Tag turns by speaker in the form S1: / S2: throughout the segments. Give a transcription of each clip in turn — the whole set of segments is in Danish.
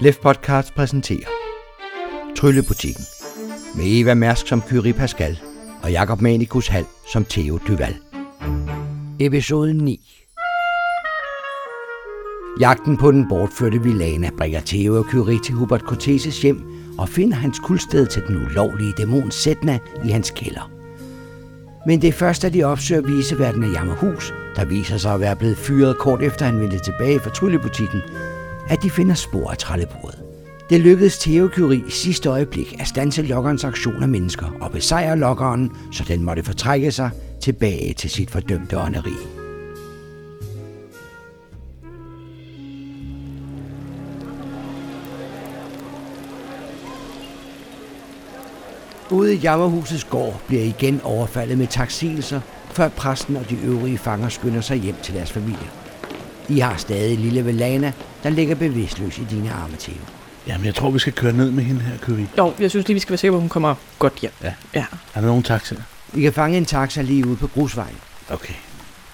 S1: Lef Podcast præsenterer Tryllebutikken med Eva Mærsk som Kyrie Pascal og Jakob Manikus Hal som Theo Duval. Episode 9 Jagten på den bortførte Vilana bringer Theo og Kyrie til Hubert Corteses hjem og finder hans kuldsted til den ulovlige dæmon Setna i hans kælder. Men det er først, da de opsøger viseverden af Jammerhus, der viser sig at være blevet fyret kort efter han vendte tilbage fra tryllebutikken, at de finder spor af trællebordet. Det lykkedes Theo Curie i sidste øjeblik at stanse lokkerens aktion af mennesker og besejre lokkeren, så den måtte fortrække sig tilbage til sit fordømte ånderi. Ude i Jammerhusets gård bliver igen overfaldet med taksigelser, før præsten og de øvrige fanger skynder sig hjem til deres familier. I har stadig lille Velana, der ligger bevidstløs i dine arme, Theo.
S2: Jamen, jeg tror, vi skal køre ned med hende her, Købi.
S3: Jo, jeg synes lige, vi skal være sikre på, at hun kommer godt hjem.
S2: Ja.
S3: ja.
S2: Er der nogen taxaer?
S1: I kan fange en taxa lige ude på grusvejen.
S2: Okay.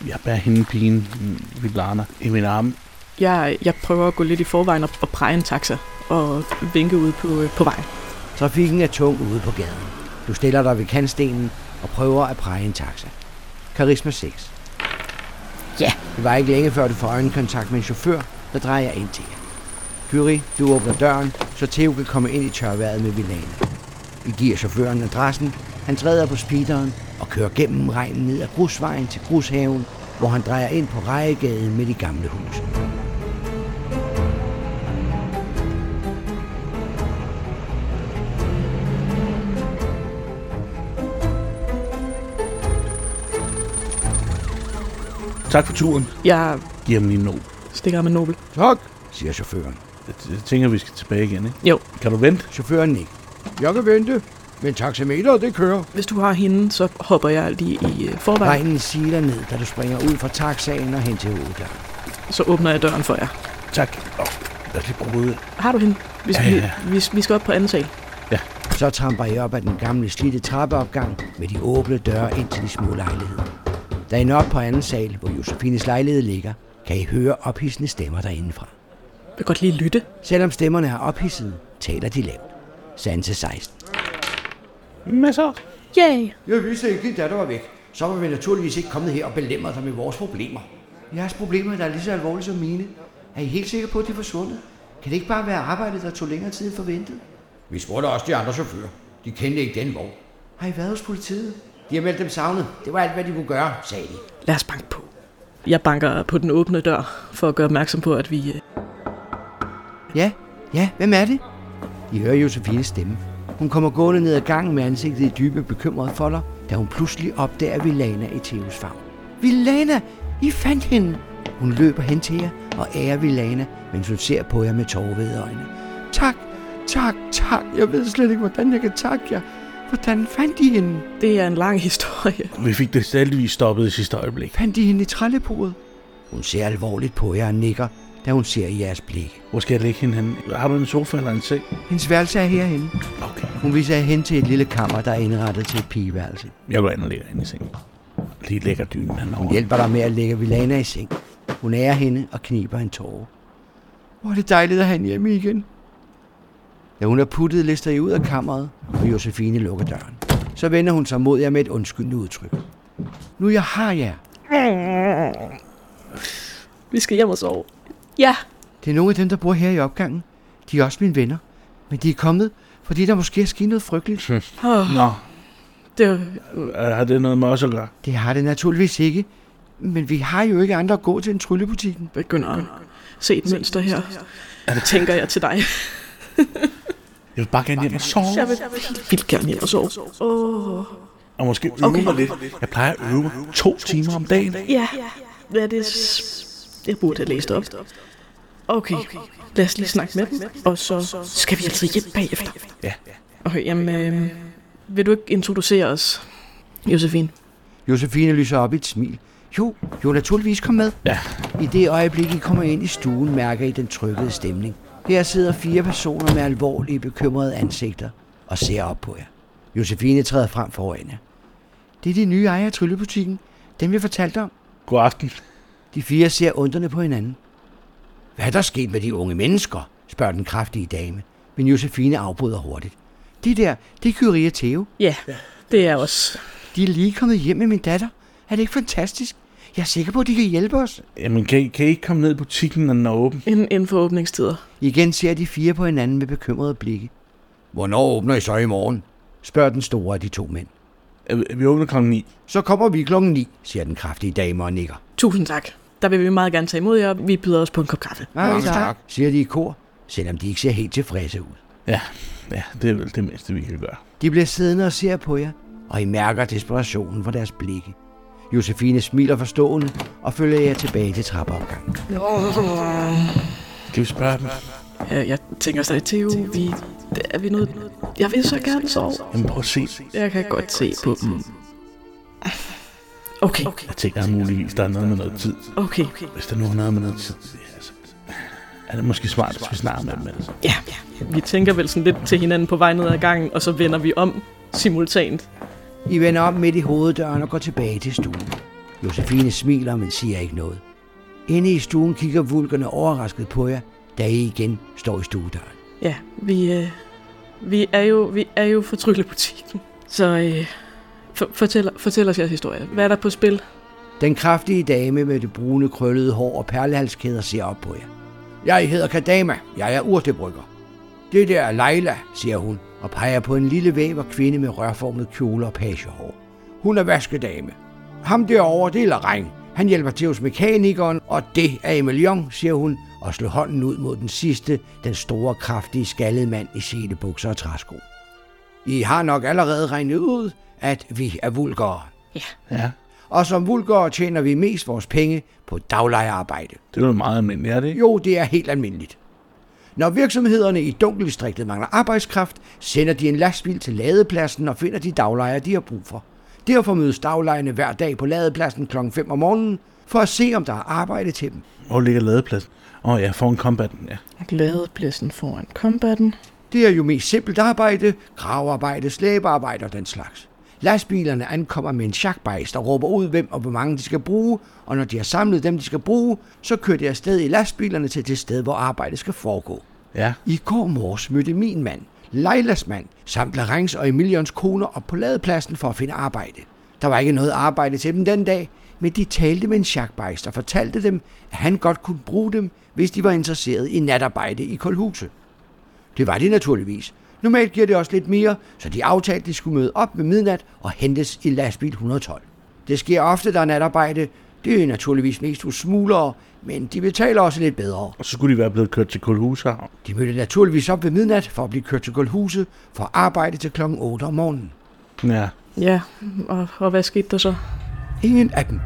S2: Jeg bærer hende pigen, mm, vi blander, i min arme.
S3: Jeg, jeg prøver at gå lidt i forvejen og, og præge en taxa og vinke ud på, øh, på vejen.
S1: Trafikken er tung ude på gaden. Du stiller dig ved kantstenen og prøver at præge en taxa. Karisma 6.
S3: Ja.
S1: Det var ikke længe før du får øjenkontakt med en chauffør, der drejer ind til jer. Kyri, du åbner døren, så Theo kan komme ind i tørværet med Vilana. I giver chaufføren adressen, han træder på speederen og kører gennem regnen ned ad grusvejen til grushaven, hvor han drejer ind på Rejegade med de gamle huse.
S2: Tak for turen.
S3: Jeg
S2: Jamen, lige nu.
S3: stikker med Nobel.
S1: Tak, siger chaufføren.
S2: Jeg, jeg tænker, vi skal tilbage igen, ikke?
S3: Jo,
S2: Kan du vente?
S1: Chaufføren nikker. Jeg kan vente, men taxameteret det kører.
S3: hvis du har hende, så hopper jeg lige i øh, forvejen.
S1: Regnen siler ned, da du springer ud fra taxaen og hen til hoveddøren.
S3: Så åbner jeg døren for jer.
S2: Tak. Oh, lad os lige prøve ud.
S3: Har du hende?
S2: Ja,
S3: Vi, skal,
S2: ja, ja.
S3: Vi, vi, vi skal op på anden sal.
S1: Så tramper I op ad den gamle slidte trappeopgang med de åbne døre ind til de små lejligheder. Da I når op på anden sal, hvor Josefines lejlighed ligger, kan I høre ophidsende stemmer derindefra.
S3: Jeg vil godt lige lytte.
S1: Selvom stemmerne er ophidsede, taler de lavt. Sanse 16.
S2: Med så.
S3: Yay!
S1: Jeg vidste ikke, at der var væk. Så var vi naturligvis ikke kommet her og belemret dig med vores problemer. Jeres problemer der er lige så alvorlige som mine. Er I helt sikre på, at de er forsvundet? Kan det ikke bare være arbejdet, der tog længere tid end forventet? Vi spurgte også de andre chauffører. De kendte ikke den vogn. Har I været hos politiet? De har meldt dem savnet. Det var alt, hvad de kunne gøre, sagde de.
S3: Lad os banke på. Jeg banker på den åbne dør for at gøre opmærksom på, at vi... øh,
S1: Ja, ja, hvem er det? I hører Josefines stemme. Hun kommer gående ned ad gangen med ansigtet i dybe bekymrede folder, da hun pludselig opdager Vilana i Theos favn. Vilana, I fandt hende! Hun løber hen til jer og ærer Vilana, mens hun ser på jer med tårvede øjne. Tak, tak, tak. Jeg ved slet ikke, hvordan jeg kan takke jer. Hvordan fandt I hende?
S3: Det er en lang historie.
S2: Vi fik det stadigvis stoppet i sidste øjeblik.
S1: Fandt I hende i trællebordet? Hun ser alvorligt på jer og nikker, da hun ser jeres blik.
S2: Hvor skal jeg lægge hende henne? Har du en sofa eller en seng?
S1: Hendes værelse er herhenne.
S2: Okay.
S1: Hun viser jer hen til et lille kammer, der er indrettet til et pigeværelse.
S2: Jeg går ind og lægger hende i sengen. Lige lægger dynen henover.
S1: Hjælper dig med at lægge Vilana i seng. Hun ærer hende og kniber en tårer. Hvor er det dejligt at have hende hjemme igen. Da hun er puttet, lister I ud af kammeret, og Josefine lukker døren. Så vender hun sig mod jer med et undskyldende udtryk. Nu jeg har jer.
S3: Vi skal hjem og sove. Ja,
S1: Det er nogle af dem, der bor her i opgangen. De er også mine venner. Men de er kommet, fordi der måske er sket noget frygteligt.
S3: oh,
S2: Nå,
S3: det er jo
S2: øh, har det noget med os at gøre?
S1: Det har det naturligvis ikke. Men vi har jo ikke andre at gå til end tryllebutikken.
S3: begynder at se et mønster her, tænker jeg til dig.
S2: Jeg vil bare gerne hjem og sove.
S3: Jeg vil helt vildt gerne hjem og sove. Åh,
S2: Og måske øve okay. mig lidt. Jeg plejer at øve mig to timer om dagen.
S3: ja. Hvad er det? s- Jeg burde have læst op. Okay, lad os lige snakke med dem, og så skal vi altså hjem bagefter.
S2: Ja.
S3: Okay, jamen, øh, vil du ikke introducere os, Josefine?
S1: Josefine lyser op i et smil. Jo, jo, naturligvis kom med.
S2: Ja.
S1: I det øjeblik, I kommer ind i stuen, mærker I den trykkede stemning. Her sidder fire personer med alvorlige, bekymrede ansigter og ser op på jer. Josefine træder frem foran jer. Det er de nye ejere af tryllebutikken. Dem, jeg fortalte om.
S2: God aften.
S1: De fire ser undrende på hinanden. Hvad er der sket med de unge mennesker? spørger den kraftige dame, men Josefine afbryder hurtigt. De der, det er Kyrie og Theo.
S3: Ja, det er også.
S1: De er lige kommet hjem med min datter. Er det ikke fantastisk? Jeg er sikker på, at de kan hjælpe os.
S2: Jamen, kan I, kan I ikke komme ned i butikken, når den er åben?
S3: Inden, inden for åbningstider.
S1: Igen ser de fire på hinanden med bekymrede blikke. Hvornår åbner I så i morgen? spørger den store af de to mænd.
S2: Øh, Vi åbner klokken 9.
S1: Så kommer vi klokken ni, siger den kraftige dame og nikker.
S3: Tusind tak. Der vil vi meget gerne tage imod jer. Vi byder os på en kop kaffe.
S1: Mange
S2: tak.
S1: siger de i kor, selvom de ikke ser helt tilfredse ud.
S2: Ja, ja, det er vel det mindste, vi kan gøre.
S1: De bliver siddende og ser på jer, og I mærker desperationen fra deres blikke. Josefine smiler forstående og følger jer tilbage til trappeopgangen.
S2: Skal vi spørge dem?
S3: Øh, Jeg tænker stadig, Theo, vi... Er vi noget... Jeg vil så gerne sove.
S2: Jamen, prøv at se.
S3: Jeg kan godt se på dem. Okay,
S2: Jeg tænker, at muligvis der er noget med noget tid.
S3: okay.
S2: Hvis der nu er noget med noget tid, ja, altså, er det måske smart, hvis vi snakker med dem. Altså.
S3: Ja, vi tænker vel sådan lidt til hinanden på vej ned ad gangen, og så vender vi om simultant.
S1: I vender om midt i hoveddøren og går tilbage til stuen. Josefine smiler, men siger ikke noget. Inde i stuen kigger vulkerne overrasket på jer, da I igen står i stuedøren.
S3: Ja, vi, øh, vi er jo, vi er jo fra Tryllebutikken. Så øh, for, fortæl, fortæl os jeres historie. Hvad er der på spil?
S1: Den kraftige dame med det brune krøllede hår og perlehalskæder ser op på jer. Jeg hedder Kadama. Jeg er urtebrygger. Det der er Leila, siger hun, og peger på en lille væver kvinde med rørformet kjole og pagehår. Hun er vaskedame. Ham derovre, det er Lareng. Han hjælper til hos mekanikeren, og det er Emilion, siger hun, og slår hånden ud mod den sidste, den store, kraftige, skaldede mand i selebukser og træsko. I har nok allerede regnet ud, at vi er vulgere
S2: Ja,
S1: og som vulgere tjener vi mest vores penge på daglejerarbejde.
S2: det er jo meget almindeligt, er det ikke?
S1: Jo, det er helt almindeligt. Når virksomhederne i dunkeldistriktet mangler arbejdskraft, sender de en lastbil til ladepladsen og finder de daglejere, de har brug for. Derfor mødes daglejerne hver dag på ladepladsen kl. 5 om morgenen, for at se, om der er arbejde til dem.
S2: Hvor ligger ladepladsen? Åh oh, ja, foran combatten, ja.
S3: Ladepladsen foran combatten.
S1: Det er jo mest simpelt arbejde, gravearbejde, slæbearbejde og den slags. Lastbilerne ankommer med en sjakbejst og råber ud, hvem og hvor mange de skal bruge, og når de har samlet dem, de skal bruge, så kører de afsted i lastbilerne til det sted, hvor arbejdet skal foregå.
S2: Ja,
S1: I går morges mødte min mand, Leilas mand, samt Larengs og Emilions koner op på ladepladsen for at finde arbejde. Der var ikke noget arbejde til dem den dag, men de talte med en sjakbejst og fortalte dem, at han godt kunne bruge dem, hvis de var interesseret i natarbejde i Kolhuset. Det var de naturligvis. Normalt giver det også lidt mere, så de aftalte, at de skulle møde op ved midnat og hentes i lastbil 112. Det sker ofte, der er natarbejde. Det er naturligvis mest hos smuglere, men de betaler også lidt bedre.
S2: og så skulle de være blevet kørt til Kulhushavn.
S1: De mødte naturligvis op ved midnat for at blive kørt til Guldhuset for at arbejde til klokken 8 om morgenen.
S2: Ja,
S3: Ja, og, og hvad skete der så?
S1: Ingen af dem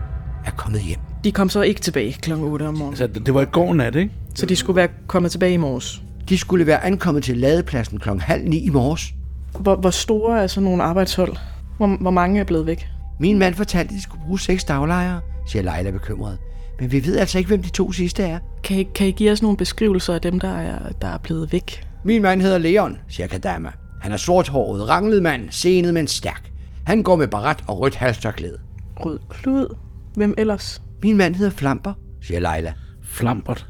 S1: er kommet hjem.
S3: De kom så ikke tilbage kl. 8 om morgenen,
S2: altså det det var i går nat, ikke?
S3: så de skulle være kommet tilbage i morges.
S1: De skulle være ankommet til ladepladsen klokken halv ni i morges.
S3: Hvor, hvor store er sådan nogle arbejdshold? Hvor, hvor mange er blevet væk?
S1: Min mand fortalte, at de skulle bruge seks daglejere, siger Leila bekymret. Men vi ved altså ikke, hvem de to sidste er.
S3: Kan I, kan I give os nogle beskrivelser af dem, der er, der er blevet væk?
S1: Min mand hedder Leon, siger Kadama. Han er sorthåret, ranglet mand, senet, men stærk. Han går med barat og rødt halstørklæde.
S3: Rød Klud? Hvem ellers?
S1: Min mand hedder Flamper, siger Leila.
S2: Flambert.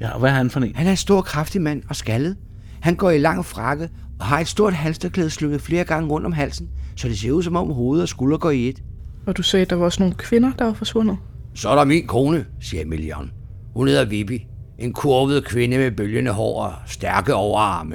S2: Ja, og hvad er han for en?
S1: Han er en stor, kraftig mand og skaldet. Han går i lang frakke og har et stort halsterklæde slynget flere gange rundt om halsen, så det ser ud som om hovedet og skulder går i et.
S3: Og du sagde, at der var også nogle kvinder, der var forsvundet.
S1: Så er der min kone, siger Emilion. Hun hedder Vibi. En kurvet kvinde med bølgende hår og stærke overarme.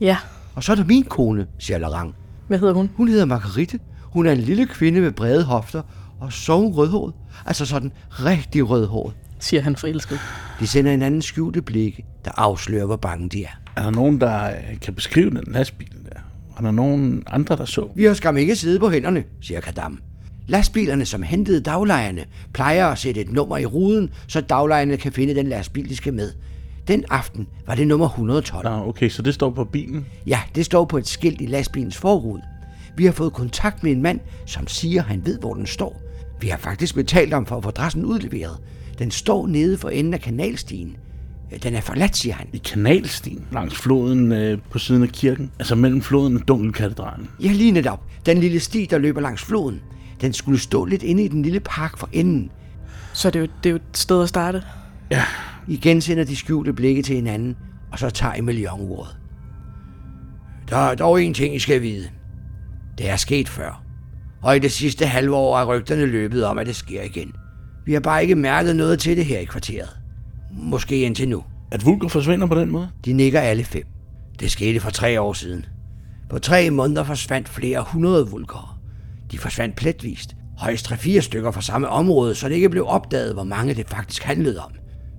S3: Ja.
S1: Og så er der min kone, siger Larang.
S3: Hvad hedder hun?
S1: Hun hedder Margarite. Hun er en lille kvinde med brede hofter og soven rødhåret. Altså sådan rigtig rødhåret.
S3: Siger han forelsket.
S1: De sender hinanden skjulte blikke, der afslører, hvor bange de er.
S2: Er der nogen, der øh, kan beskrive den lastbil der? Er der nogen andre, der så?
S1: Vi har skam ikke siddet på hænderne, siger Kadam. Lastbilerne, som hentede daglejerne, plejer at sætte et nummer i ruden, så daglejerne kan finde den lastbil, de skal med. Den aften var det nummer 112.
S2: Nå, okay, så det står på bilen.
S1: Ja, det står på et skilt i lastbilens forrude. Vi har fået kontakt med en mand, som siger, han ved, hvor den står. Vi har faktisk betalt om for at få adressen udleveret. Den står nede for enden af kanalstien. Øh, Den er forladt, siger han.
S2: I kanalstien langs floden øh, på siden af kirken. Altså mellem floden og dunkelkatedralen.
S1: Ja, lige netop. Den lille sti, der løber langs floden. Den skulle stå lidt inde i den lille park for enden.
S3: Så det er, jo, det er jo et sted at starte.
S1: Igen sender de skjulte blikke til hinanden, og så tager Emilion ordet. Der er dog en ting, I skal vide. Det er sket før. Og i det sidste halve år er rygterne løbet om, at det sker igen. Vi har bare ikke mærket noget til det her i kvarteret. Måske indtil nu.
S2: At Vulker forsvinder på den måde?
S1: De nikker alle fem. Det skete for tre år siden. På tre måneder forsvandt flere hundrede vulkere. De forsvandt pletvist. Højst tre fire stykker fra samme område, så det ikke blev opdaget, hvor mange det faktisk handlede om.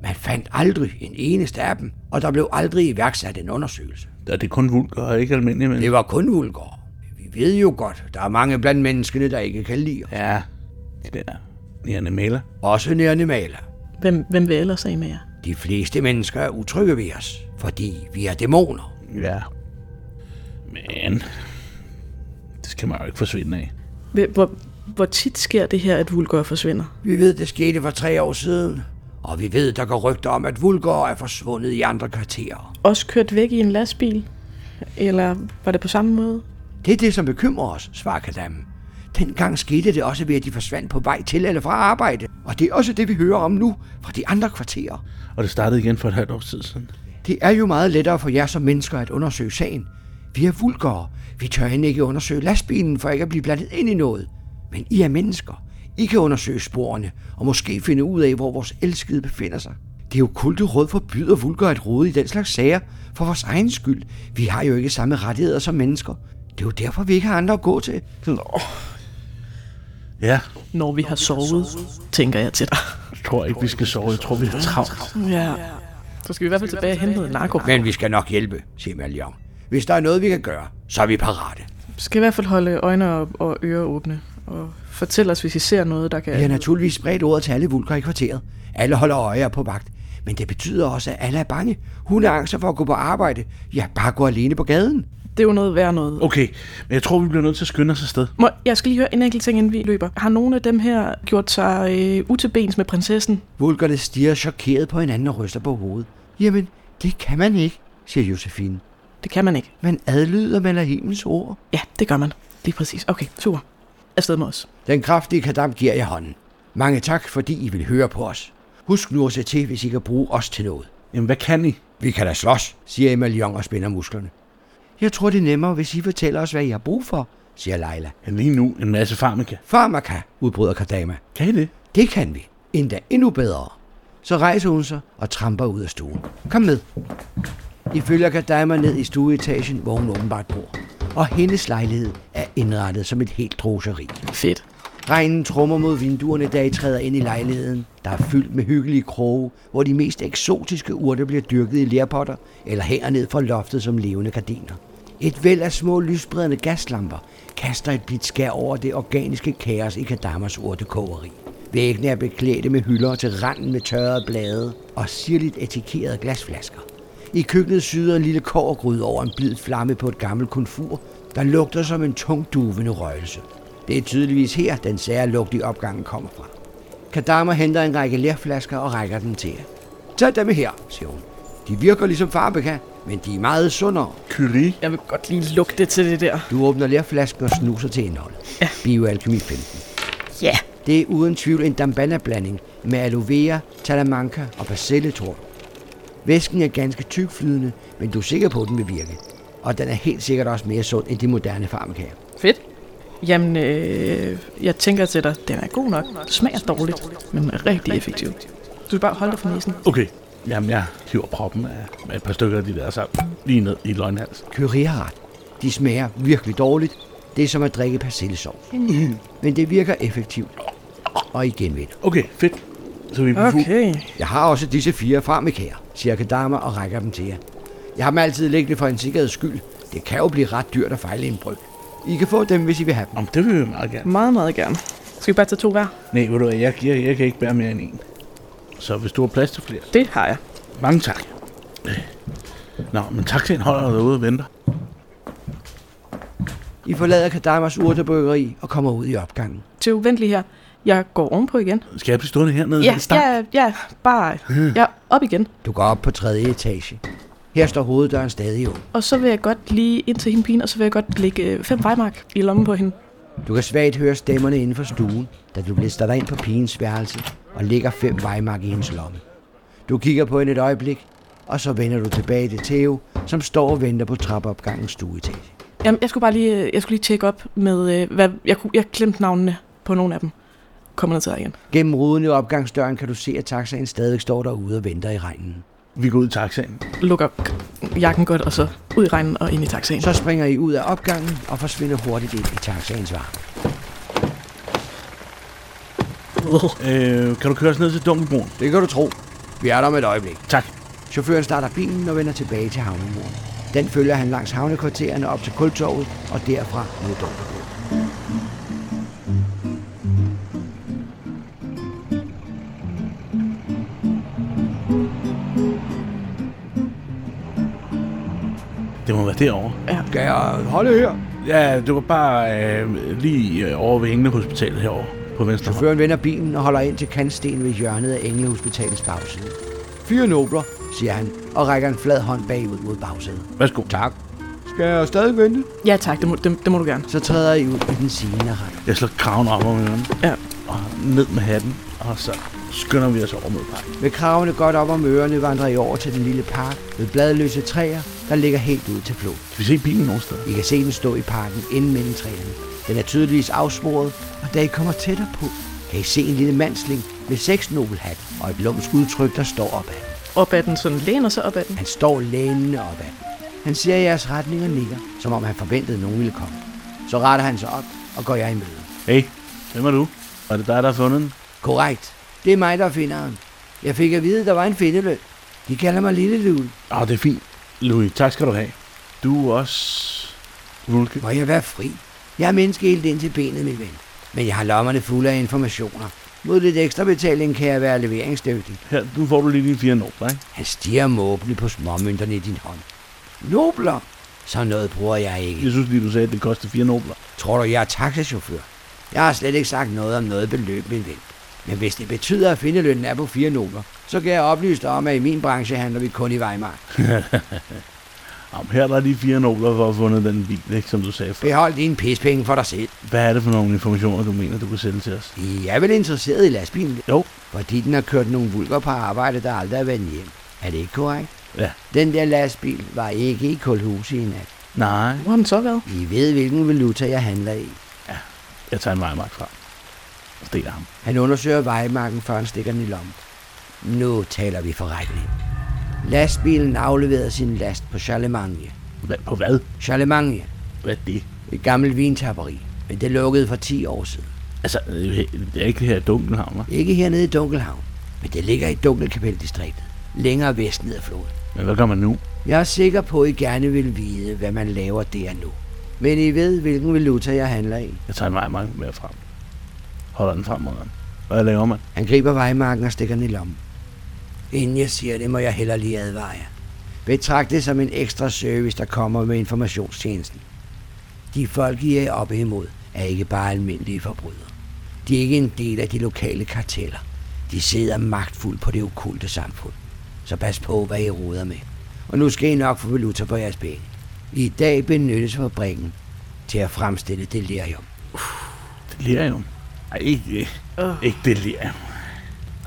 S1: Man fandt aldrig en eneste af dem, og der blev aldrig iværksat en undersøgelse.
S2: Der er det kun Vulker og ikke almindelige mennesker.
S1: Det var kun vulkere. Vi ved jo godt, der er mange blandt menneskene, der ikke kan lide. os.
S2: Ja, de der nærende maler.
S1: Også næranimaler.
S3: Hvem, hvem vil ellers af med jer?
S1: De fleste mennesker er utrygge ved os, fordi vi er dæmoner.
S2: Ja. Men... Det skal man jo ikke forsvinde af.
S3: Hvem- Hvor, hvor tit sker det her, at vulgør forsvinder?
S1: Vi ved, det skete for tre år siden, og vi ved, der går rygter om, at vulgere er forsvundet i andre kvarterer.
S3: Også kørt væk i en lastbil? Eller var det på samme måde?
S1: Det er det, som bekymrer os, svarer Kadam. Dengang skete det også ved, at de forsvandt på vej til eller fra arbejde, og det er også det, vi hører om nu fra de andre kvarterer.
S2: Og det startede igen for et halvt års tid siden.
S1: Det er jo meget lettere for jer som mennesker at undersøge sagen. Vi er vulgere. Vi tør end ikke undersøge lastbilen for ikke at blive blandet ind i noget. Men I er mennesker. I kan undersøge sporene og måske finde ud af, hvor vores elskede befinder sig. Det okulte råd forbyder vulgere at rode i den slags sager for vores egen skyld. Vi har jo ikke samme rettigheder som mennesker. Det er jo derfor, vi ikke har andre at gå til.
S2: Sådan, åh. Ja,
S3: Når vi har sovet, tænker jeg til dig.
S2: jeg tror ikke, vi skal sove. Jeg tror, vi har travlt.
S3: Ja. Så skal vi i hvert fald tilbage og hente noget narko.
S1: Men vi skal nok hjælpe, siger Malion. Hvis der er noget, vi kan gøre, så er vi parate.
S3: skal i hvert fald holde øjne og, og ører åbne. Og fortæl os, hvis I ser noget, der kan...
S1: Vi har naturligvis spredt ordet til alle vulker i kvarteret. Alle holder øje og er på vagt. Men det betyder også, at alle er bange. Hun er angst for at gå på arbejde. Ja, bare gå alene på gaden.
S3: Det er jo noget værd noget.
S2: Okay, men jeg tror, vi bliver nødt til at skynde os afsted.
S3: Må, jeg skal lige høre en enkelt ting, inden vi løber. Har nogen af dem her gjort sig øh, utilbens med prinsessen?
S1: Vulkerne stiger chokeret på hinanden og ryster på hovedet. Jamen, det kan man ikke, siger Josefine.
S3: Det kan man ikke.
S1: Man adlyder Malahimens ord.
S3: Ja, det gør man. Lige præcis. Okay, super. Afsted med os.
S1: Den kraftige kadam giver jer hånden. Mange tak, fordi I vil høre på os. Husk nu at se til, hvis I kan bruge os til noget.
S2: Jamen, hvad kan I?
S1: Vi kan da slås, siger Emma Leong og spænder musklerne. Jeg tror, det er nemmere, hvis I fortæller os, hvad I har brug for, siger Leila.
S2: Ja, lige nu en masse farmaka.
S1: Farmaka, udbryder Kardama.
S2: Kan I det?
S1: Det kan vi. Endda endnu bedre. Så rejser hun sig og tramper ud af stuen. Kom med. I følger Kardama ned i stueetagen, hvor hun åbenbart bor. Og hendes lejlighed er indrettet som et helt droseri.
S3: Fedt.
S1: Regnen trummer mod vinduerne, da I træder ind i lejligheden, der er fyldt med hyggelige kroge, hvor de mest eksotiske urter bliver dyrket i lærpotter eller hænger ned fra loftet som levende gardiner. Et væld af små lysbredende gaslamper kaster et blidt skær over det organiske kaos i Kadamas urtekogeri. Væggene er beklædte med hylder til randen med tørrede blade og sirligt etikerede glasflasker. I køkkenet syder en lille kårgryde over en blid flamme på et gammelt konfur, der lugter som en tungduvende røgelse. Det er tydeligvis her, den sære lugt i opgangen kommer fra. Kadama henter en række lærflasker og rækker dem til jer. Tag dem her, siger hun. De virker ligesom farbeka, men de er meget sundere.
S2: Kyrie.
S3: Jeg vil godt lige lugte det til det der.
S1: Du åbner lærflasken og snuser til indholdet.
S3: Ja.
S1: Bioalkemi 15.
S3: Ja. Yeah.
S1: Det er uden tvivl en dambana-blanding med aloe vera, talamanca og persilletorn. Væsken er ganske tykflydende, men du er sikker på, at den vil virke. Og den er helt sikkert også mere sund end de moderne farmakager.
S3: Fedt. Jamen, øh, jeg tænker til dig, den er god nok. Smager dårligt, men er rigtig effektiv. Du skal bare holde dig for næsen.
S2: Okay, jamen jeg hiver proppen af, af et par stykker af de der sammen lige ned i løgnhals.
S1: Curry har ret. De smager virkelig dårligt. Det er som at drikke persillesovs. Men det virker effektivt. Og igen vinder.
S2: Okay, fedt. Så vi er på fuld.
S3: Okay.
S1: Jeg har også disse fire farmikager, siger Kadama og rækker dem til jer. Jeg har dem altid liggende for en sikkerheds skyld. Det kan jo blive ret dyrt at fejle en bryg. I kan få dem, hvis I vil have dem.
S2: Om det vil vi meget gerne.
S3: Meget, meget gerne. Skal vi bare tage to hver?
S2: Nej, ved du hvad, jeg, jeg, jeg kan ikke bære mere end en. Så hvis du har plads til flere,
S3: Det har jeg.
S2: mange tak. Øh. Nå, men taxaen holder derude og venter.
S1: I forlader Kadamas urtebryggeri og kommer ud i opgangen.
S3: Til vent lige her. Jeg går ovenpå igen.
S2: Skal jeg blive stående hernede?
S3: Ja, ja, ja, bare. Jeg er op igen.
S1: Du går op på tredje etage. Her står hoveddøren stadig åben.
S3: Og så vil jeg godt lige ind til hende pigen, og så vil jeg godt lægge øh, fem vejmark i lommen på hende.
S1: Du kan svagt høre stemmerne inden for stuen, da du lister dig ind på pigens værelse og lægger fem vejmark i hendes lomme. Du kigger på hende et øjeblik, og så vender du tilbage til Theo, som står og venter på trappeopgangens stueetage.
S3: Jamen, jeg skulle bare lige, øh, jeg skulle lige tjekke op med, øh, hvad, jeg, kunne, jeg glemte navnene på nogle af dem. Kommer ned til dig igen.
S1: Gennem ruden i opgangsdøren kan du se, at taxaen stadigvæk står derude og venter i regnen.
S2: Vi går ud i taxaen.
S3: Lukker k- jakken godt, og så ud i regnen og ind i taxaen.
S1: Så springer I ud af opgangen og forsvinder hurtigt ind i taxaens varme.
S2: Øh, kan du køre os ned til Dunkelbroen?
S1: Det kan du tro. Vi er der om et øjeblik.
S2: Tak.
S1: Chaufføren starter bilen og vender tilbage til havnemuren. Den følger han langs havnekvartererne op til Kultorvet og derfra mod Dunkerbro.
S2: Det må være derovre.
S1: Skal jeg holde her?
S2: Ja, det var bare øh, lige øh, over ved Engle Hospitalet herovre på venstre hånd.
S1: Chaufføren vender bilen og holder ind til kantstenen ved hjørnet af Englehospitalets bagside. Fire nobler, siger han, og rækker en flad hånd bagud mod bagsædet.
S2: Værsgo.
S1: Tak. Skal jeg stadig vente?
S3: Ja tak, det må, det, det må du gerne.
S1: Så træder I ud i den sigende regn.
S2: Jeg slår kraven op om ørerne,
S3: Ja.
S2: og ned med hatten, og så skynder vi os over mod parken.
S1: Med kravene godt op om ørerne vandrer I over til den lille park med bladløse træer, der ligger helt ud til flod.
S2: Kan vi se bilen nogen steder?
S1: I kan se den stå i parken inden mellem træerne. Den er tydeligvis afsporet, og da I kommer tættere på, kan I se en lille mandsling med seks nobelhat og et lumsk udtryk, der står op ad den.
S3: Op ad den, sådan læner sig op ad den.
S1: Han står lænende op ad den. Han ser jeres retning og nikker, som om han forventede, at nogen ville komme. Så retter han sig op og går jer i møde.
S2: Hey, hvem er du? Er det dig, der har fundet den?
S1: Korrekt. Det er mig, der finder ham. Jeg fik at vide, at der var en findeløn. De kalder mig Lille Lul.
S2: Åh, det er fint. Louis, tak skal du have. Du er også... Vulke.
S1: Må jeg være fri? Jeg er menneske helt ind til benet, min ven. Men jeg har lommerne fulde af informationer. Mod lidt ekstra betaling kan jeg være leveringsdygtig.
S2: Her, nu får du lige dine fire nobler, ikke?
S1: Han stiger måbentlig på småmønterne i din hånd. Nobler? Sådan noget bruger jeg ikke.
S2: Jeg synes lige, du sagde, at det koster fire nobler.
S1: Tror du, jeg er taxachauffør? Jeg har slet ikke sagt noget om noget beløb, min ven. Men hvis det betyder, at findelønnen er på fire nobler, så kan jeg oplyse dig om, at i min branche handler vi kun i Weimar.
S2: Jamen, her er der lige fire nobler for at få fundet den bil, ikke, som du sagde før.
S1: Behold dine pispenge for dig selv.
S2: Hvad er det for nogle informationer, du mener, du kan sælge til os?
S1: I er vel interesseret i lastbilen,
S2: Jo,
S1: fordi den har kørt nogle vulker på arbejde, der aldrig er vendt hjem. Er det ikke korrekt?
S2: ja.
S1: Den der lastbil var ikke i Kulhuse i nat.
S2: Nej,
S3: Hvor har den så været?
S1: I ved, hvilken valuta jeg handler i.
S2: jeg tager en vejmark fra. Og deler ham.
S1: Han undersøger vejmarken, før han stikker den i lommen. Nu taler vi forretning. Lastbilen afleverede sin last på Charlemagne.
S2: Hvad, på hvad?
S1: Charlemagne,
S2: Hvad er det?
S1: et gammelt vintapperi, men det lukkede for 10 år siden.
S2: Altså, det er jo he- det er ikke det her dunkelhavn, hva'?
S1: Ikke hernede i Dunkelhavn, men det ligger i Dunkelkapeldistriktet, længere vest ned ad floden.
S2: Men hvad gør man nu?
S1: Jeg er sikker på, at I gerne vil vide, hvad man laver der nu. Men I ved, hvilken valuta jeg handler i.
S2: Jeg tager en vejmark mere frem. Holder den frem mod ham. Hvad laver man?
S1: Han griber vejmarken og stikker den i lommen. Inden jeg siger det, må jeg heller lige advare jer. Betragt det som en ekstra service, der kommer med informationstjenesten. De folk, I er oppe imod, er ikke bare almindelige forbrydere. De er ikke en del af de lokale karteller. De sidder magtfuldt på det okulte samfund. Så pas på, hvad I roder med. Og nu skal I nok få valuta på jeres penge. I dag benyttes fabrikken til at fremstille delirium.
S2: Delirium? Ej, ikke,
S3: Åh.
S2: ikke delirium.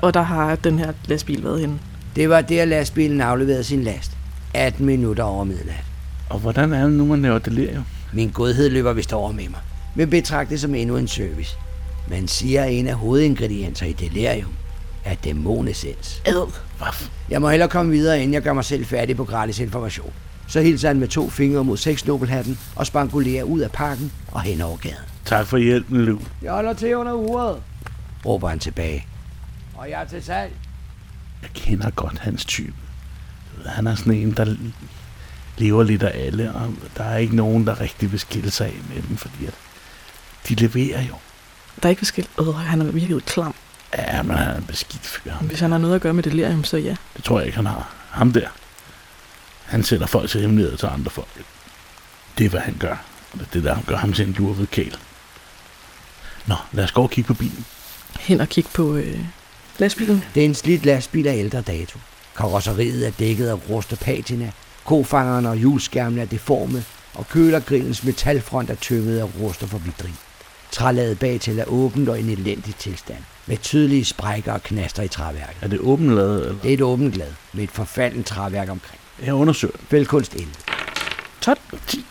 S3: Og der har den her lastbil været henne.
S1: Det var der lastbilen afleverede sin last. 18 minutter over midnat.
S2: Og hvordan er det nu, man laver delirium?
S1: Min godhed løber vist over med mig, men betragt det som endnu en service. Man siger, at en af hovedingredienser i delirium er dæmonesens.
S3: Ad.
S2: Hvad? f-
S1: Jeg må hellere komme videre, inden jeg gør mig selv færdig på gratis information. Så hilser han med to fingre mod sexnobelhatten og spangulerer ud af parken og hen over gaden.
S2: Tak for hjælpen, Liv.
S1: Jeg holder til under uret, råber han tilbage. Og jeg er til salg.
S2: Jeg kender godt hans type. Du ved, Han er sådan en, der lever lidt af alle, og der er ikke nogen, der rigtig vil skille sig af med dem, fordi at de leverer jo.
S3: Der er ikke forskel. Ad, han har virket klam.
S2: Ja, men han er en beskidt fyr.
S3: Hvis han har noget at gøre med delirium, så ja.
S2: Det tror jeg ikke, han har. Ham der. Han sætter folk til hemmeligheder til andre folk. Det er, hvad han gør. Og det er det, der gør ham til en lurved kæl. Nå, lad os gå og kigge på bilen.
S3: Hen og kigge på øh, lastbilen.
S1: Det er en slidt lastbil af ældre dato. Karosseriet er dækket af rust og patina. Kofangeren og hjulskærmen er deforme, og kølergrillens metalfront er tynget af rust og forvidring. Trælaget bagtil er åbent og i en elendig tilstand, med tydelige sprækker og knaster i træværket.
S2: Er det åbenladet, eller?
S1: Det er et åbent glad med et forfaldent træværk omkring.
S2: Jeg undersøger den.
S1: Fældkunst 11.
S3: 12.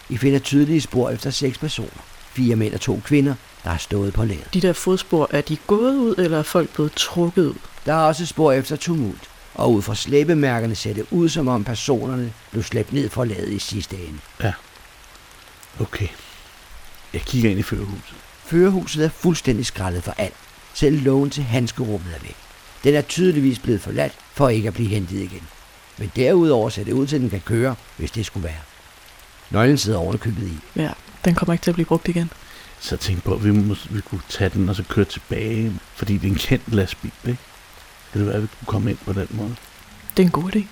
S1: I finder tydelige spor efter seks personer. Fire mænd og to kvinder, der har stået på ladet.
S3: De der fodspor, er de gået ud, eller er folk blevet trukket ud?
S1: Der er også spor efter tumult, og ud fra slæbemærkerne ser det ud, som om personerne blev slæbt ned fra ladet i sidste ende.
S2: Okay. Jeg kigger ind i førerhuset.
S1: Førerhuset er fuldstændig skrællet for alt. Selv lågen til handskerummet er væk. Den er tydeligvis blevet forladt for ikke at blive hentet igen. Men derudover ser det ud til, at den kan køre, hvis det skulle være. Nøglen sidder ovenikøbet i.
S3: Ja, den kommer ikke til at blive brugt igen.
S2: Så jeg tænkte på, at vi, mås- vi kunne tage den og så køre tilbage, fordi det er en kendt lastbil, ikke? Kan det være, at vi kunne komme ind på den måde?
S3: Det er en god idé.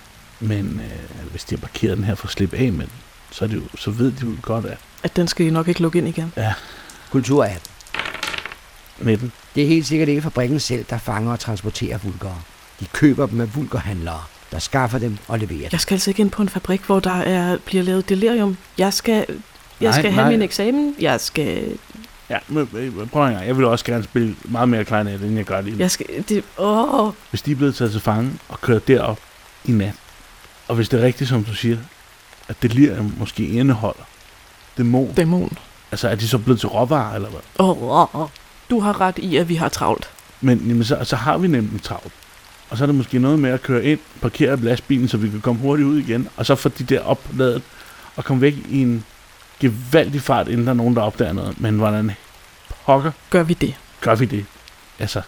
S2: Men øh, hvis de har parkeret den her for at slippe af med den, så, er det jo, så ved de jo godt, at
S3: At den skal de nok ikke lukke ind igen.
S1: Kultur er
S2: med den.
S1: Det er helt sikkert ikke fabrikken selv, der fanger og transporterer vulkere. De køber dem af vulkerhandlere, der skaffer dem og leverer dem.
S3: Jeg skal altså ikke ind på en fabrik, hvor der er, bliver lavet delirium. Jeg skal, jeg
S2: Nej,
S3: skal have
S2: nej.
S3: min eksamen. Jeg skal...
S2: Ja, men, øh, prøv en gang. Jeg vil også gerne spille meget mere klarinet, end jeg gør lige nu.
S3: Jeg skal det, åh,
S2: Hvis de er blevet taget til fange og kørt derop i nat, og hvis det er rigtigt, som du siger, at delirium måske indeholder dæmon,
S3: dæmon.
S2: altså er de så blevet til råvarer eller hvad?
S3: Åh, åh, åh. Du har ret i, at vi har travlt.
S2: Men jamen, så, så har vi nemlig travlt. Og så er det måske noget med at køre ind, parkere lastbilen, så vi kan komme hurtigt ud igen, og så få de der opladet og komme væk i en gevaldig fart, inden der er nogen, der opdager noget. Men hvordan pokker
S3: Gør vi det?
S2: gør vi det? Altså,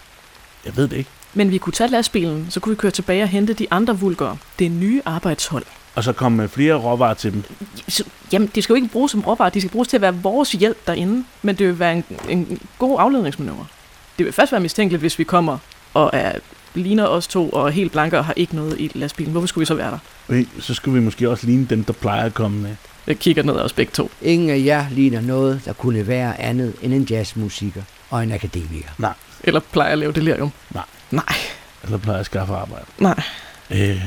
S2: jeg ved det ikke.
S3: Men vi kunne tage lastbilen, så kunne vi køre tilbage og hente de andre vulgere. Det er nye arbejdshold.
S2: Og så komme med flere råvarer til dem.
S3: Så, jamen, de skal jo ikke bruges som råvarer. De skal bruges til at være vores hjælp derinde. Men det vil være en, en god afledningsmanøvre. Det vil først være mistænkeligt, hvis vi kommer og er, ligner os to og er helt blanke og har ikke noget i lastbilen. Hvorfor skulle vi så være der?
S2: Okay, så skulle vi måske også ligne dem, der plejer at komme med.
S3: Jeg kigger ned af os begge to.
S1: Ingen af jer ligner noget, der kunne være andet end en jazzmusiker og en akademiker.
S3: Eller plejer at lave delirium.
S2: Nej.
S3: Nej.
S2: Eller plejer at skaffe arbejde.
S3: Nej.
S2: Øh,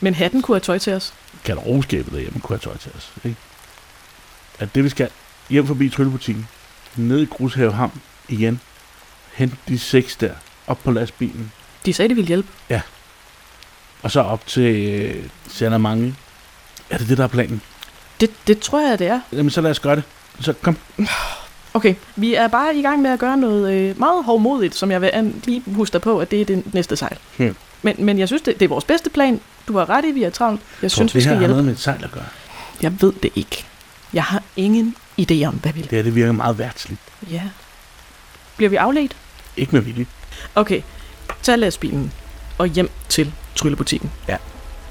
S3: Men hatten kunne have tøj til os.
S2: kan der roskabet derhjemme kunne have tøj til os. Ikke? At det vi skal hjem forbi tryllebutikken, ned i Grushave Havn igen, hente de seks der, op på lastbilen,
S3: De sagde, de ville hjælpe.
S2: og så op til øh, Sender Mange. Er det det, der er planen?
S3: Det, det tror jeg, det er.
S2: Jamen så lad os gøre det. Så kom.
S3: Okay, vi er bare i gang med at gøre noget øh, meget hårdmodigt, som jeg vil an- lige huske dig på, at det er det næste sejl.
S2: Hmm.
S3: Men, men jeg synes, det, det er vores bedste plan. Du har ret i, vi er travlt. Jeg synes,
S2: Tror,
S3: vi
S2: det her
S3: skal
S2: har
S3: hjælpe.
S2: noget med et sejl at gøre.
S3: Jeg ved det ikke. Jeg har ingen idé om, hvad vi
S2: Det her, det virker meget værtsligt.
S3: Ja. Bliver vi afledt?
S2: Ikke med vilje.
S3: Okay, tag lastbilen og hjem til tryllebutikken.
S2: Det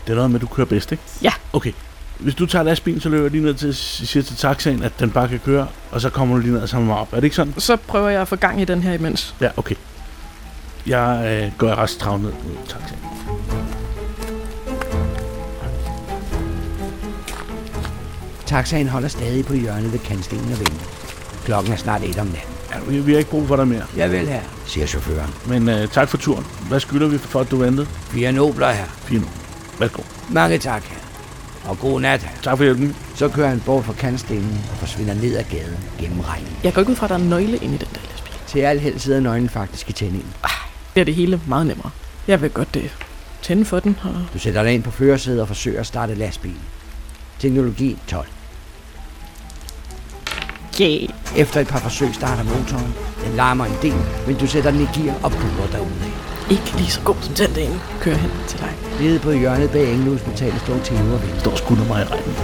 S2: er noget med, at du kører bedst, ikke?
S3: Ja.
S2: Okay. Hvis du tager lastbilen, så løber jeg lige ned til siger til taxaen, at den bare kan køre, og så kommer du lige ned og samler mig op. Er det ikke sådan?
S3: Så prøver jeg at få gang i den her imens.
S2: Ja, okay. Jeg øh, går ret travlt ned mod taxaen.
S1: Taxaen holder stadig på hjørnet ved kantstenen og venter. Klokken er snart et om natten.
S2: Ja, vi, vi har ikke brug for dig mere,
S1: Jeg vil her, siger chaufføren.
S2: men øh, tak for turen. Hvad skylder vi for, at du ventede?
S1: Fire nobler her.
S2: Fino. Værsgo.
S1: Mange tak her. Og god nat her.
S2: Tak for hjælpen.
S1: Så kører han bort fra kantstenen og forsvinder ned ad gaden gennem regnen.
S3: Jeg går ikke ud fra, at der er en nøgle inde i den der lastbil.
S1: Til al held sidder nøglen faktisk i tændingen.
S3: Det er det hele meget nemmere. Jeg vil godt øh, tænde for den og
S1: Du sætter dig ind på førersædet og forsøger at starte lastbilen. Teknologi 12.
S3: Yeah.
S1: Efter et par forsøg starter motoren. Den larmer en del, men du sætter den i gear og burer derude.
S3: Ikke lige så god som den derinde. Kører hen til dig.
S1: Nede på hjørnet bag Englehospitalet står Theo og
S2: Jeg
S1: venter.
S2: står skudt mig i regnen.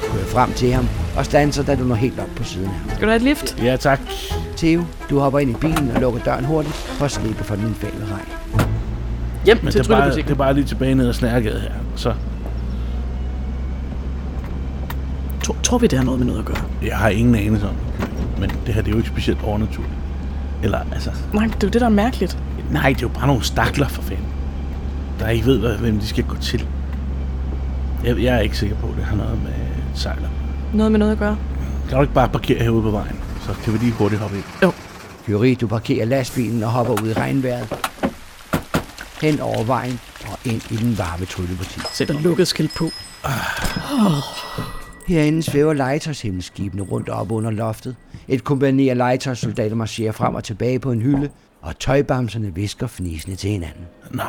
S1: Du kører frem til ham og standser, da du når helt op på siden af ham.
S3: Skal du have et lift?
S2: Ja, tak.
S1: Theo, du hopper ind i bilen og lukker døren hurtigt for at slippe for den fælde regn.
S3: Hjem
S2: Men
S3: til
S2: det er, bare, det
S3: tryllebutikken.
S2: er bare lige tilbage ned ad snærgade her. Så
S3: Tror, tror vi, det har noget med noget at gøre?
S2: jeg har ingen anelse om det. Men det her, det er jo ikke specielt overnaturligt. Eller altså,
S3: Nej, det er jo det, der er mærkeligt.
S2: nej, det er jo bare nogle stakler for fanden. Der ikke ved, hvad- hvem de skal gå til. Jeg, jeg er ikke sikker på, at det har noget med sejler.
S3: Noget med noget at gøre?
S2: Kan du ikke bare parkere herude på vejen? Så kan vi lige hurtigt hoppe ind.
S3: Jo.
S1: Kyrie, du parkerer lastbilen og hopper ud i regnvejret. Hen over vejen og ind i den varme tryllebutik.
S3: Sæt et lukket skilt på.
S1: Herinde svæver legetøjshimmelskibene rundt op under loftet. Et kompagni af legetøjssoldater marcherer frem og tilbage på en hylde, og tøjbamserne visker fnisende til hinanden.
S2: Nå,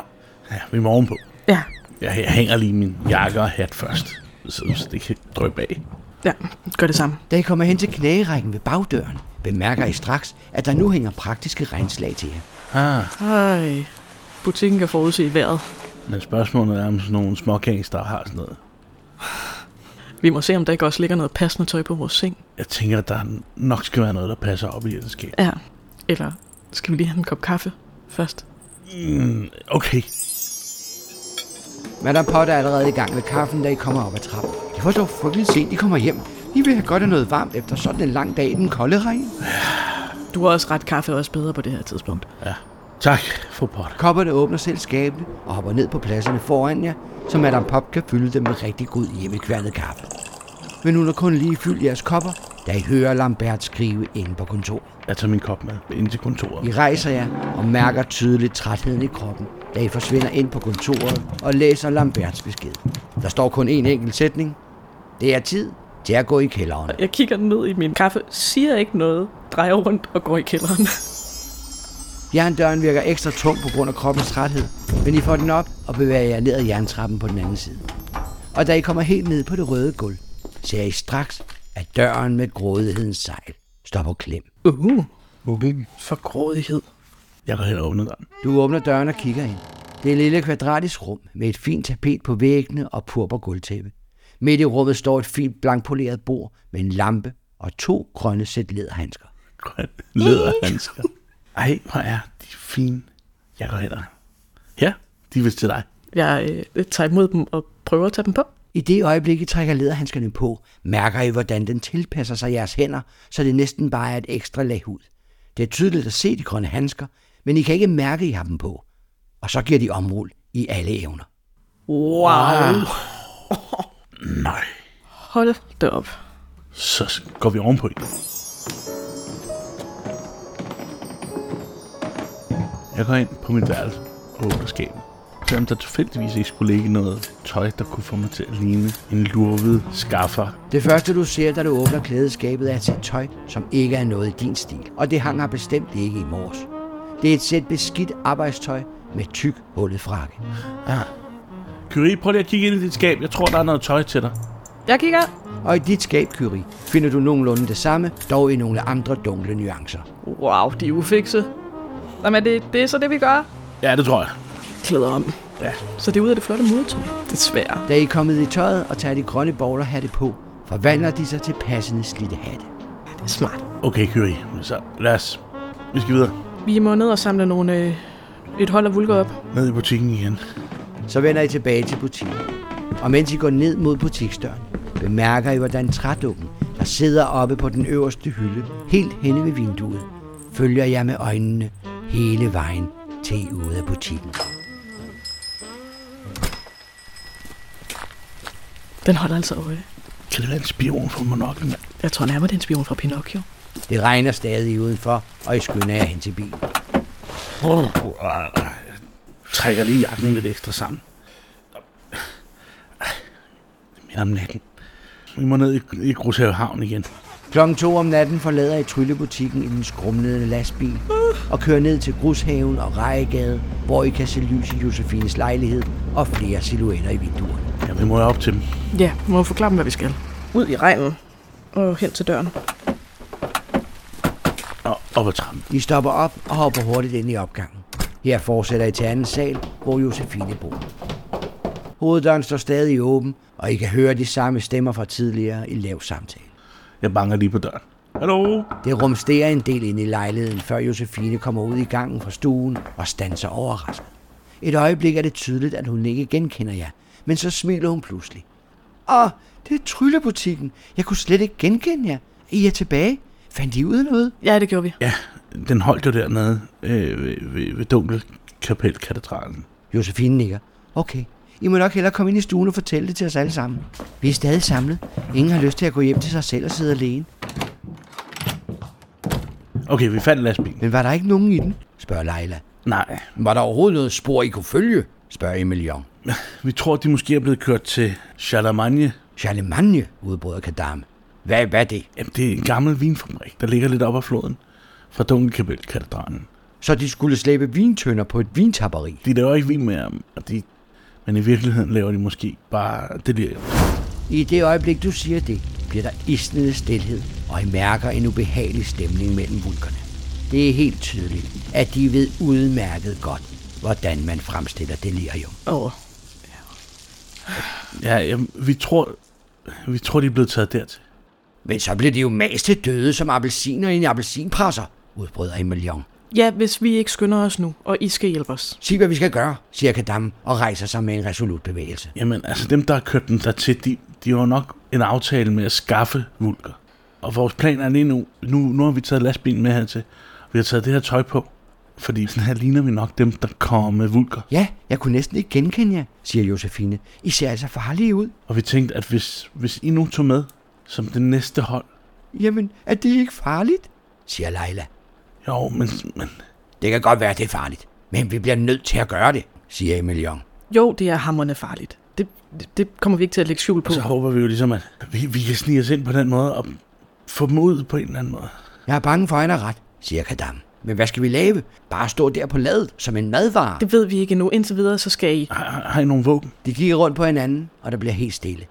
S2: ja, vi må ovenpå.
S3: Ja,
S2: Jeg, jeg hænger lige min jakke og hat først, så så det kan drøbe af.
S3: ja, gør det samme.
S1: Da I kommer hen til knægerækken ved bagdøren, bemærker I straks, at der nu hænger praktiske regnslag til jer.
S2: Ah,
S3: Ej, butikken kan forudse vejret.
S2: men spørgsmålet er, om sådan nogle småkæs, der har sådan noget.
S3: Vi må se, om der ikke også ligger noget passende tøj på vores seng.
S2: Jeg tænker, at der nok skal være noget, der passer op i et skab.
S3: Ja, eller skal vi lige have en kop kaffe først?
S2: Mm, okay.
S1: Madame Potter er allerede i gang med kaffen, da I kommer op ad trappen. Det var dog frygteligt sent, I kommer hjem. I vil have godt af noget varmt efter sådan en lang dag i den kolde regn.
S3: Du har også ret kaffe er også bedre på det her tidspunkt.
S2: Ja. Tak, fru Potter.
S1: Kopperne åbner selv skabene og hopper ned på pladserne foran jer, så Madame Pop kan fylde dem med rigtig god hjemmekværnet kaffe. Men hun har kun lige fyldt jeres kopper, da I hører Lambert skrive inde på kontoret.
S2: Jeg tager min kop med ind til kontoret.
S1: I rejser jer og mærker tydeligt trætheden i kroppen, da I forsvinder ind på kontoret og læser Lamberts besked. Der står kun én enkelt sætning. Det er tid til at gå i kælderen.
S3: Jeg kigger ned i min kaffe, siger ikke noget, drejer rundt og går i kælderen.
S1: Jerndøren virker ekstra tung på grund af kroppens træthed, men I får den op og bevæger jer ned ad jerntrappen på den anden side. Og da I kommer helt ned på det røde gulv, ser I straks, at døren med grådighedens sejl står på klem.
S3: Uh,
S2: Okay.
S3: for grådighed.
S2: Jeg går hen og åbner den.
S1: Du åbner døren og kigger ind. Det er et lille kvadratisk rum med et fint tapet på væggene og purpur gulvtæppe. Midt i rummet står et fint blankpoleret bord med en lampe og to grønne sæt læderhandsker.
S2: Grøn læderhandsker. Ej, hvor er de fine. Jeg går hen og... Ja, de er vist til dig.
S3: Jeg øh, tager imod dem og prøver at tage dem på.
S1: I det øjeblik, I trækker læderhandskerne på, mærker I, hvordan den tilpasser sig jeres hænder, så det næsten bare er et ekstra lag hud. Det er tydeligt at se de grønne handsker, men I kan ikke mærke, at I har dem på. Og så giver de omrul i alle evner.
S3: Wow.
S2: Nej,
S3: Ah. Hold da op.
S2: så går vi ovenpå igen. Jeg går ind på mit værelse og åbner skabet. Selvom der tilfældigvis ikke skulle ligge noget tøj, der kunne få mig til at ligne en lurvet skaffer.
S1: Det første, du ser, da du åbner klædeskabet, er et sæt tøj, som ikke er noget i din stil. Og det hang her bestemt ikke i morges. Det er et sæt beskidt arbejdstøj med tyk hullet frakke.
S2: Kyrie, prøv lige at kigge ind i dit skab. Jeg tror, der er noget tøj til dig.
S3: Jeg kigger.
S1: Og i dit skab, Kyrie, finder du nogenlunde det samme, dog i nogle andre dunkle nuancer.
S3: Wow, de er ufikse. Jamen, det, det er så det, vi gør.
S2: Ja, det tror jeg.
S3: Klæder om.
S2: Ja.
S3: Så det er ud af det flotte modtog. Desværre.
S1: Da I er kommet i tøjet og tager de grønne bowlerhatte på, forvandler de sig til passende slidte hatte.
S3: Det er smart.
S2: Okay, Kyrie, så lad os... Vi skal videre.
S3: Vi må ned og samle nogle, øh, et hold af vulker op.
S2: Ned i butikken igen.
S1: Så vender I tilbage til butikken. Og mens I går ned mod butiksdøren, bemærker I, hvordan trædukken, der sidder oppe på den øverste hylde, helt henne ved vinduet, følger jer med øjnene hele vejen til I er ude af butikken.
S3: Den holder altså øje.
S2: Kan det være en spion fra monoklen? mand?
S3: Jeg tror nærmere, det er en spion fra Pinocchio.
S1: Det regner stadig udenfor, og I skynder jer hen til bilen.
S2: Jeg trækker lige jakken lidt ekstra sammen. Det minder om natten. Vi må ned i, i Grushav Havn igen.
S1: Klokken 2 om natten forlader I tryllebutikken i den skrumlede lastbil og kører ned til Grushaven og Rejegade, hvor I kan se lys i Josefines lejlighed og flere silhuetter i vinduerne.
S2: Ja, vi må jo op til dem.
S3: Ja, vi må forklare dem, hvad vi skal. Ud i regnen. Og hen til døren.
S2: Og op ad trappen.
S1: I stopper op og hopper hurtigt ind i opgangen. Her fortsætter I til anden sal, hvor Josefine bor. Hoveddøren står stadig åben, og I kan høre de samme stemmer fra tidligere i lav samtale.
S2: Jeg banker lige på døren. Hallo?
S1: Det rumsterer en del ind i lejligheden, før Josefine kommer ud i gangen fra stuen og standser overrasket. Et øjeblik er det tydeligt, at hun ikke genkender jer, men så smiler hun pludselig. Åh, det er tryllebutikken. Jeg kunne slet ikke genkende jer. I er tilbage. Fandt I ud af noget?
S3: Ja, det gjorde vi.
S2: Ja, den holdt jo dernede øh, ved, ved, ved Dunkelkapelkatedralen.
S1: Josefine nikker. Okay, I må nok hellere komme ind i stuen og fortælle det til os alle sammen. Vi er stadig samlet. Ingen har lyst til at gå hjem til sig selv og sidde alene.
S2: Okay, vi fandt lastbilen.
S1: Men var der ikke nogen i den? spørger Leila.
S2: Nej,
S1: Var der overhovedet noget spor, I kunne følge? spørger Emilion.
S2: vi tror, de måske er blevet kørt til Charlemagne
S1: Charlemagne, udbrød Kadam. Hvad, hvad er det?
S2: Jamen, det er en gammel vinfabrik, der ligger lidt op ad floden fra Dunkelkabel-katedralen.
S1: Så de skulle slæbe vintønder på et vintapperi.
S2: De laver ikke vin mere, og de, men i virkeligheden laver de måske bare det der.
S1: I det øjeblik, du siger det, bliver der isnende stilhed, og I mærker en ubehagelig stemning mellem vulkerne. Det er helt tydeligt, at de ved udmærket godt, hvordan man fremstiller delirium.
S3: Åh,
S2: Ja, jamen, vi tror, vi tror, de er blevet taget dertil.
S1: Men så blev de jo mast til døde som appelsiner i en appelsinpresser, udbrød Emilion.
S3: Ja, hvis vi ikke skynder os nu, og I skal hjælpe os.
S1: Sig, hvad vi skal gøre, siger Kadam og rejser sig med en resolut bevægelse.
S2: Jamen, altså dem, der har kørt den dertil, de, de har jo nok en aftale med at skaffe vulker. Og vores plan er lige nu, nu, nu har vi taget lastbilen med hertil, og vi har taget det her tøj på, fordi sådan her ligner vi nok dem, der kommer med vulker.
S1: Ja, jeg kunne næsten ikke genkende jer, siger Josefine. I ser altså farlige ud.
S2: Og vi tænkte, at hvis, hvis I nu tog med som det næste hold,
S1: Jamen, er det ikke farligt? siger Leila.
S2: jo, men, men
S1: Det kan godt være, det er farligt, men vi bliver nødt til at gøre det, siger Emilion.
S3: Jo, det er hammerne farligt. Det, det, det kommer vi ikke til at lægge skjul på.
S2: så håber vi jo ligesom, at vi, vi kan snige os ind på den måde og få dem ud på en eller anden måde.
S1: Jeg er bange for, at han er ret, siger Kadam. Men hvad skal vi lave? Bare stå der på ladet som en madvare.
S3: Det ved vi ikke endnu. Indtil videre, så skal I.
S2: Har, har I nogle våben?
S1: De kigger rundt på hinanden, og der bliver helt stille.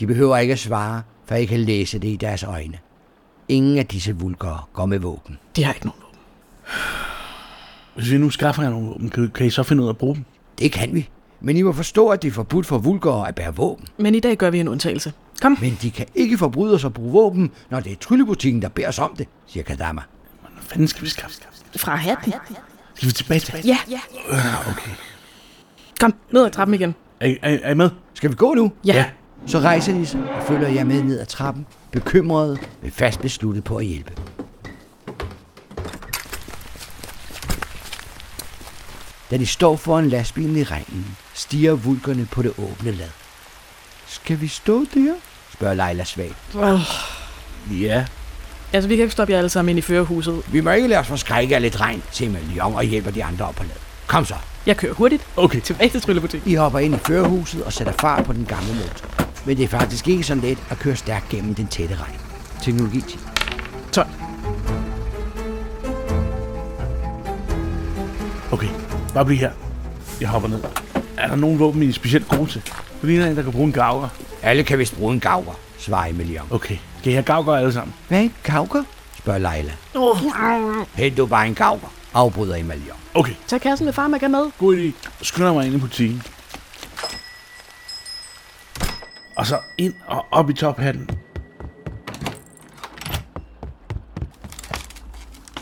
S1: De behøver ikke at svare, for I kan læse det i deres øjne. Ingen af disse vulkere går med våben.
S3: De har ikke nogen våben.
S2: Hvis vi nu skaffer jer nogle våben, kan, kan I så finde ud af at bruge dem?
S1: Det kan vi. Men I må forstå, at det er forbudt for vulkere at bære våben.
S3: Men i dag gør vi en undtagelse. Kom.
S1: Men de kan ikke forbryde sig at bruge våben, når det er tryllebutikken, der beder os om det, siger Kadama.
S2: Hvad fanden skal vi skaffe? skaffe?
S3: Fra hatten.
S2: Skal vi tilbage tilbage?
S3: Ja. Kom, ned ad trappen igen.
S2: Er, I- er, I- er I med?
S1: Skal vi gå nu?
S3: Ja.
S2: Ja.
S1: Så rejser de sig og følger jer med ned ad trappen, bekymrede, men fast besluttet på at hjælpe. Da de står foran lastbilen i regnen, stiger vulkerne på det åbne lad. Skal vi stå der? spørger Leila svagt.
S3: Oh.
S2: Ja.
S3: Altså, vi kan ikke stoppe jer alle sammen ind i førerhuset.
S1: Vi må ikke lade os forskrække af lidt regn, siger Malion og hjælper de andre op på ladet. Kom så!
S3: Jeg kører hurtigt.
S2: Okay.
S3: Tilbage til tryllebutikken.
S1: I hopper ind i førerhuset og sætter fart på den gamle motor. Men det er faktisk ikke så let at køre stærkt gennem den tætte regn. Teknologi 10.
S3: 12.
S2: Okay, bare bliv her. Jeg hopper ned. Er der nogen våben, I er specielt gode til? Du ligner en, der kan bruge en gavger.
S1: Alle kan vist bruge en gavre, svarer Emilion.
S2: Okay, skal I have gavger alle sammen?
S1: Hvad er en gavker? spørger Leila. Hent du bare en gavker, afbryder Emilion.
S2: Okay,
S3: Tag kassen med farmaka med.
S2: god idé. Skynder mig ind i butikken. Og så ind og op i tophatten.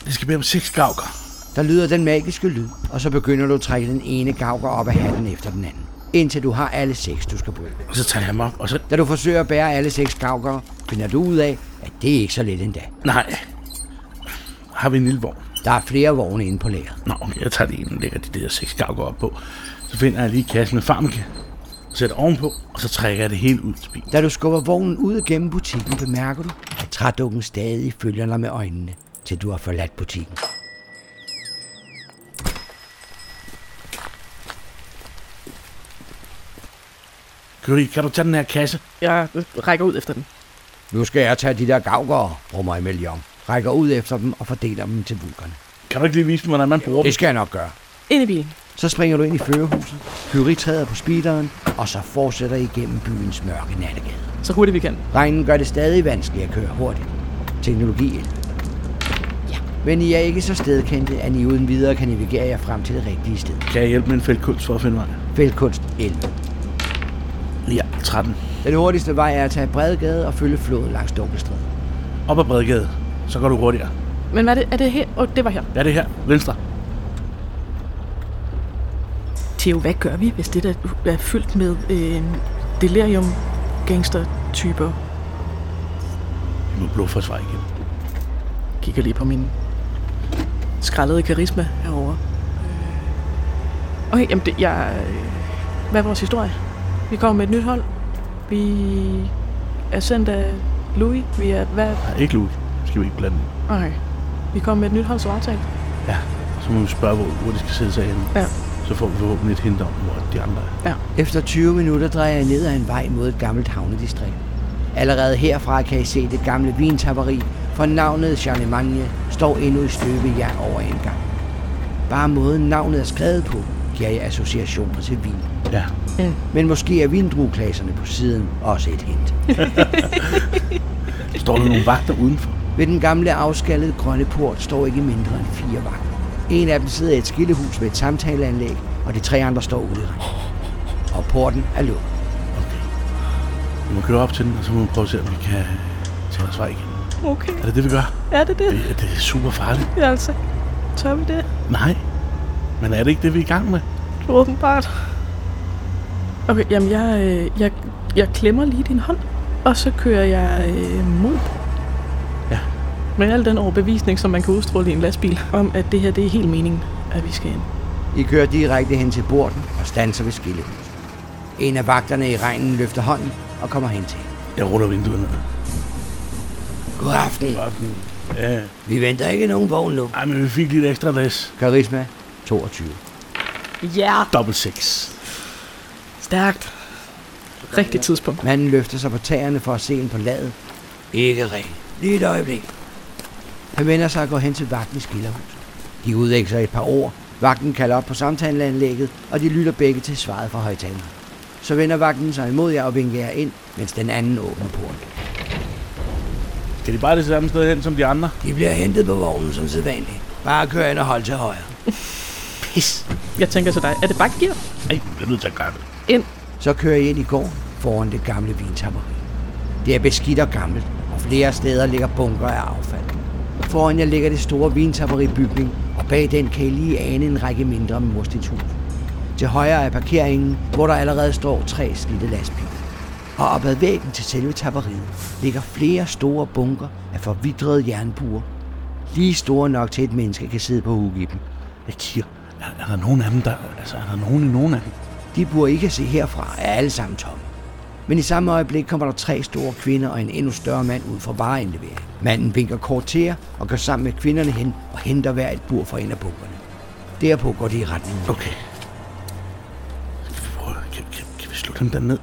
S2: Det skal være om seks gavger.
S1: Der lyder den magiske lyd, og så begynder du at trække den ene gavker op af hatten efter den anden, indtil du har alle seks, du skal bruge.
S2: Og så tager jeg mig op, og så...
S1: Da du forsøger at bære alle seks gavker, finder du ud af, at det er ikke så let endda.
S2: Nej. Har vi en lille vogn?
S1: Der er flere vogne inde på lageret.
S2: Nå, okay, jeg tager det ene og lægger de der seks gavker op på. Så finder jeg lige kassen med farmaka, og sætter ovenpå, og så trækker jeg det hele ud til bilen.
S1: Da du skubber vognen ud gennem butikken, bemærker du, at trædukken stadig følger dig med øjnene, til du har forladt butikken.
S2: Kyrie, kan du tage den her kasse?
S3: Jeg rækker ud efter den.
S1: Nu skal jeg tage de der gavgårde, rummer Emilion. Rækker ud efter dem og fordeler dem til vulkerne.
S2: Kan du ikke lige vise mig, hvordan man bruger den?
S1: Det skal jeg nok gøre.
S3: Ind i bilen.
S1: Så springer du ind i førerhuset, Kyrie træder på speederen, og så fortsætter I igennem byens mørke nattegade.
S3: Så hurtigt vi kan.
S1: Regnen gør det stadig vanskeligt at køre hurtigt. Teknologi 11.
S3: Ja.
S1: Men I er ikke så stedkendte, at I uden videre kan navigere jer frem til det rigtige sted.
S2: Kan jeg hjælpe med en fældkunst for at finde vej?
S1: Fældkunst 11.
S2: Ja, 13.
S1: Den hurtigste vej er at tage Bredegade og følge floden langs Dunkelstræde.
S2: Op ad Bredegade, så går du hurtigere.
S3: Men hvad er det, er det her? Åh, oh, det var her.
S2: Hvad er det her? Venstre.
S3: Theo, hvad gør vi, hvis det der er fyldt med øh, delirium gangster-typer?
S2: Vi må blå forsvar igen.
S3: Kigger lige på min skrællede karisma herovre. Okay, jamen det, jeg... øh, Hvad er vores historie? Vi kommer med et nyt hold. Vi er sendt af Louis. Vi er... Hvad?
S2: Nej, ikke Luke. Skal vi ikke blande den.
S3: Okay. Vi kommer med et nyt hold, som aftalt.
S2: Ja, så må vi spørge, hvor, hvor de skal sætte sig henne.
S3: Ja.
S2: Så får vi forhåbentlig et hint om, hvor de andre er.
S1: Efter 20 minutter drejer jeg ned ad en vej mod et gammelt havnedistrikt. Allerede herfra kan I se det gamle vintapperi, for navnet Charlemagne står endnu i støbejern over en gang. Bare måden navnet er skrevet på, giver jeg associationer til vin.
S2: Ja.
S1: Men måske er vindrueklasserne på siden også et hint.
S2: Står der nogle vagter udenfor?
S1: Ved den gamle afskallede grønne port står ikke mindre end fire vagter. En af dem sidder i et skillehus med et samtaleanlæg, og de tre andre står ude i regnen. Og porten er lukket.
S2: Vi må køre op til den, og så må vi prøve at se, om vi kan tage os vej igen.
S3: Okay,
S2: Er det det, vi gør?
S3: er det det?
S2: Det, er- det er super farligt.
S3: Ja, altså, tør vi det?
S2: Nej. Men er det ikke det, vi er i gang med?
S3: Åbenbart. Okay, jamen jeg, øh, jeg, jeg klemmer lige din hånd, og så kører jeg øh, mod.
S2: Ja.
S3: Med al den overbevisning, som man kan udstråle i en lastbil, om at det her, det er helt meningen, at vi skal ind.
S1: I kører direkte hen til borden og standser ved skillehuset. En af vagterne i regnen løfter hånden og kommer hen til. hende.
S2: Jeg ruller vinduet ned.
S1: God aften.
S2: Godt. Ja.
S1: Vi venter ikke nogen vogn nu.
S2: Ej, men vi fik lidt ekstra læs.
S1: Karisma 22.
S3: Ja! Yeah.
S2: Dobbelt 6.
S3: Stærkt. Rigtig tidspunkt.
S1: Manden løfter sig på tæerne for at se en på ladet. Ikke rigtigt. Lige et øjeblik. Han vender sig og går hen til vagten i skillerhuset. De udveksler et par ord. Vagten kalder op på samtaleanlægget, og de lytter begge til svaret fra højtaleren. Så vender vagten sig imod jer og vinker jer ind, mens den anden åbner porten.
S2: Skal de bare det samme sted hen som de andre?
S1: De bliver hentet på vognen som sædvanligt. Bare kør ind og hold til højre. Pis.
S3: Jeg tænker til dig, er det bare gear?
S2: Ej, jeg er nødt til at gøre det.
S1: Så kører jeg ind i gården foran det gamle vintapperi. Det er beskidt og gammelt, og flere steder ligger bunker af affald. Foran jer ligger det store vintapperi-bygning, og bag den kan I lige ane en række mindre murstenshus. Til højre er parkeringen, hvor der allerede står tre slidte lastbiler. Og op ad væggen til selve tapperiet ligger flere store bunker af forvidrede jernbuer. Lige store nok til, at et menneske kan sidde på hug i dem.
S2: Jeg kigger. Er, er der nogen af dem, der... Altså, er der nogen i nogen af dem?
S1: De burde ikke se herfra, er alle sammen tomme. Men i samme øjeblik kommer der tre store kvinder og en endnu større mand ud fra vareindlevering. Manden vinker kort til jer og går sammen med kvinderne hen og henter hver et bur fra en af bunkerne. Derpå går de i retning.
S2: Okay. Kan vi, prøve, kan, kan, kan vi slå dem der ned?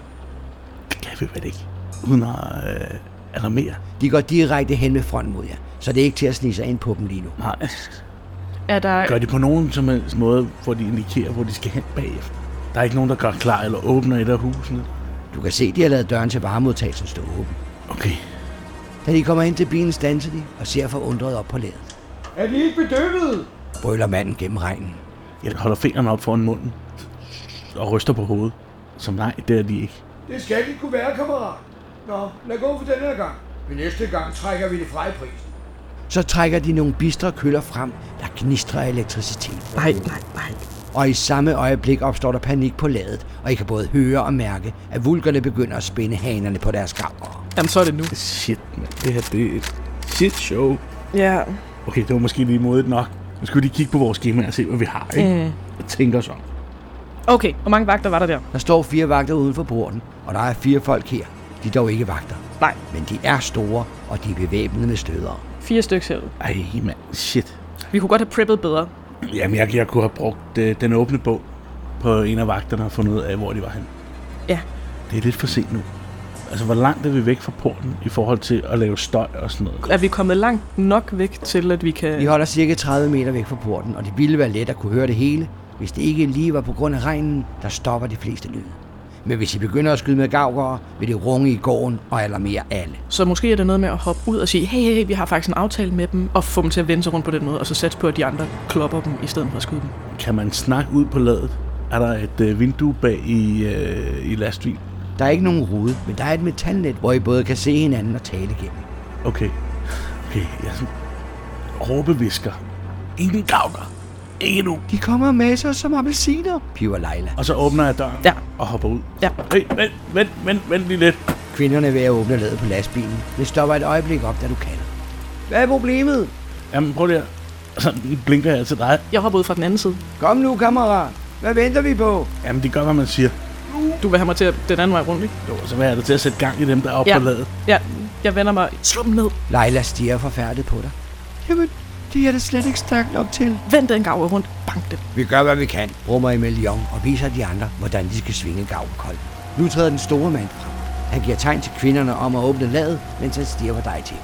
S2: Det kan vi vel ikke. Uden at øh, alarmere.
S1: De går direkte hen med front mod jer, så det er ikke til at snige sig ind på dem lige nu.
S2: Nej.
S3: Er der...
S2: Gør de på nogen som helst måde, hvor de indikerer, hvor de skal hen bagefter? Der er ikke nogen, der gør klar eller åbner et af husene.
S1: Du kan se, de har lavet døren til varemodtagelsen stå åben.
S2: Okay.
S1: Da de kommer ind til bilen, standser de og ser forundret op på ladet.
S4: Er de ikke bedøvet?
S1: Brøler manden gennem regnen.
S2: Jeg holder fingrene op foran munden og ryster på hovedet. Som nej, det er de ikke.
S4: Det skal de kunne være, kammerat. Nå, lad gå for den her gang. Men næste gang trækker vi det fra i prisen.
S1: Så trækker de nogle bistre køller frem, der gnistrer af elektricitet.
S3: Nej, nej, nej.
S1: Og i samme øjeblik opstår der panik på ladet, og I kan både høre og mærke, at vulkerne begynder at spænde hanerne på deres gavler.
S3: Jamen, så er det nu.
S2: Shit, man. Det her, det er et shit show.
S3: Ja.
S2: Okay, det var måske lige modigt nok. Nu skal vi lige kigge på vores schema og se, hvad vi har, ikke? Mm. Og tænke os om.
S3: Øh, Okay, hvor mange vagter var der der?
S1: Der står fire vagter uden for porten, og der er fire folk her. De er dog ikke vagter,
S3: Nej,
S1: men de er store, og de er bevæbnet med stødere.
S3: fire stykker herude.
S2: Ej, mand. Shit.
S3: Vi kunne godt have preppet bedre.
S2: Jamen, jeg, jeg kunne have brugt øh, den åbne bog på en af vagterne og fundet ud af, hvor de var henne.
S3: Ja.
S2: Det er lidt for sent nu. Altså, hvor langt er vi væk fra porten i forhold til at lave støj og sådan noget?
S3: Er vi kommet langt nok væk til, at vi kan...
S1: Vi holder cirka 30 meter væk fra porten, og det ville være let at kunne høre det hele, hvis det ikke lige var på grund af regnen, der stopper de fleste lyde. Men hvis I begynder at skyde med gavgårde, vil det runge i gården og alarmere alle.
S3: Så måske er det noget med at hoppe ud og sige, hey, hey, hey, vi har faktisk en aftale med dem, og få dem til at vende sig rundt på den måde, og så satse på, at de andre klopper dem, i stedet for at skyde dem.
S2: Kan man snakke ud på ladet? Er der et øh, vindue bag i, øh, i lastbil?
S1: Der er ikke nogen rude, men der er et metalnet, hvor I både kan se hinanden og tale igennem.
S2: Okay. Okay, jeg sådan råbevisker. Ingen gavner. Ikke nu.
S1: De kommer med sig som appelsiner, piver Leila.
S2: Og så åbner jeg døren
S3: Ja.
S2: og hopper ud.
S3: Ja.
S2: Hey, vent, vent, vent, vent lige lidt.
S1: Kvinderne er ved at åbne ladet på lastbilen. Det stopper et øjeblik op, da du kalder. Hvad er problemet?
S2: Jamen, prøv lige at... Og så blinker jeg til dig.
S3: Jeg hopper ud fra den anden side.
S1: Kom nu, kammerat. Hvad venter vi på?
S2: Jamen, det gør, hvad man siger.
S3: Du vil have mig til at den anden vej rundt, ikke?
S2: Jo, og så vil jeg da til at sætte gang i dem, der er oppe
S3: Ja.
S2: på ladet.
S3: Ja, jeg vender mig. Slå dem ned.
S1: Leila stiger forfærdet på dig. Jamen,
S5: Det er det slet ikke stærkt nok til.
S3: Vend den gavl rundt. Bank det.
S1: Vi gør, hvad vi kan, brummer Emil Young og viser de andre, hvordan de skal svinge gavlkolben. Nu træder den store mand frem. Han giver tegn til kvinderne om at åbne ladet, mens han stirrer dig til.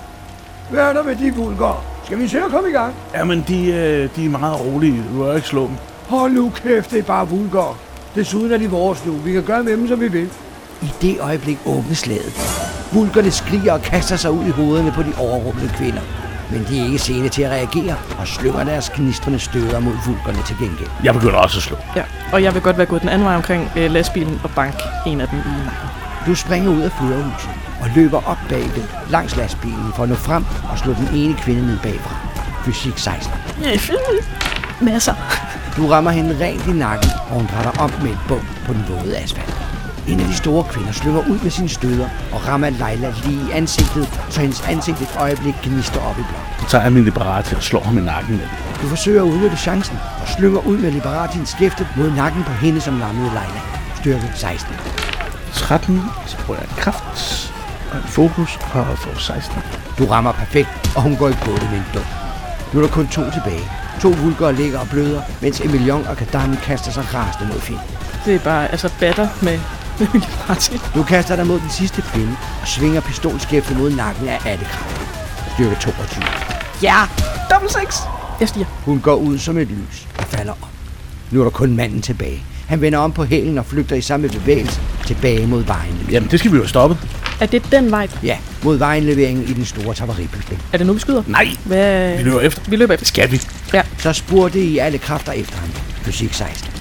S4: Hvad er der med de vulgar? Skal vi se at komme i gang?
S2: Jamen, de, øh, de er meget rolige. Du bør ikke slå dem.
S4: Hold nu kæft, det er bare vulgar. Desuden er de vores nu. Vi kan gøre med dem, som vi vil.
S1: I det øjeblik åbnes ladet. Vulkerne skriger og kaster sig ud i hovederne på de overrumplede kvinder. Men de er ikke sene til at reagere og slynger deres gnistrende støder mod vulkerne til gengæld.
S2: Jeg begynder også at slå.
S3: Ja. Og jeg vil godt være gået den anden vej omkring øh, lastbilen og bank en af dem i nakken.
S1: Du springer ud af førerhuset og løber op bag den langs lastbilen for at nå frem og slå den ene kvinde ned bagfra. Fysik 16.
S3: Masser.
S1: Du rammer hende rent i nakken, og hun drætter om med et bump på den våde asfalt. En af de store kvinder slynger ud med sine støder og rammer Leila lige i ansigtet, så hendes ansigt et øjeblik gnister op i blok.
S2: Så tager jeg min liberati og slår ham i nakken med den.
S1: Du forsøger at udnytte chancen og slynger ud med Liberatins skæfte mod nakken på hende, som lammede Leila. Styrke 16.
S2: 13, så prøver jeg en kraft og en fokus og får 16.
S1: Du rammer perfekt, og hun går i det med en dum. Nu er der kun to tilbage. To vulkere ligger og bløder, mens Emilion og Kadan kaster sig rasende mod Finn.
S3: Det er bare altså batter med med min party.
S1: Du kaster dig mod den sidste kvinde og svinger pistolskæftet mod nakken af Attekraft. Styrke 22.
S3: Ja. Double six. Jeg stiger.
S1: Hun går ud som et lys og falder om. Nu er der kun manden tilbage. Han vender om på hælen og flygter i samme bevægelse tilbage mod vejen.
S2: Jamen, det skal vi jo stoppe.
S3: Er det den vej?
S1: Ja, mod vejenleveringen i den store tavaribygning.
S3: Er det nu, vi skyder?
S2: Nej,
S3: Hvad?
S2: vi løber efter.
S3: Vi løber efter.
S2: Skal vi?
S1: Så spurgte I alle kræfter efter ham. Fysik 16.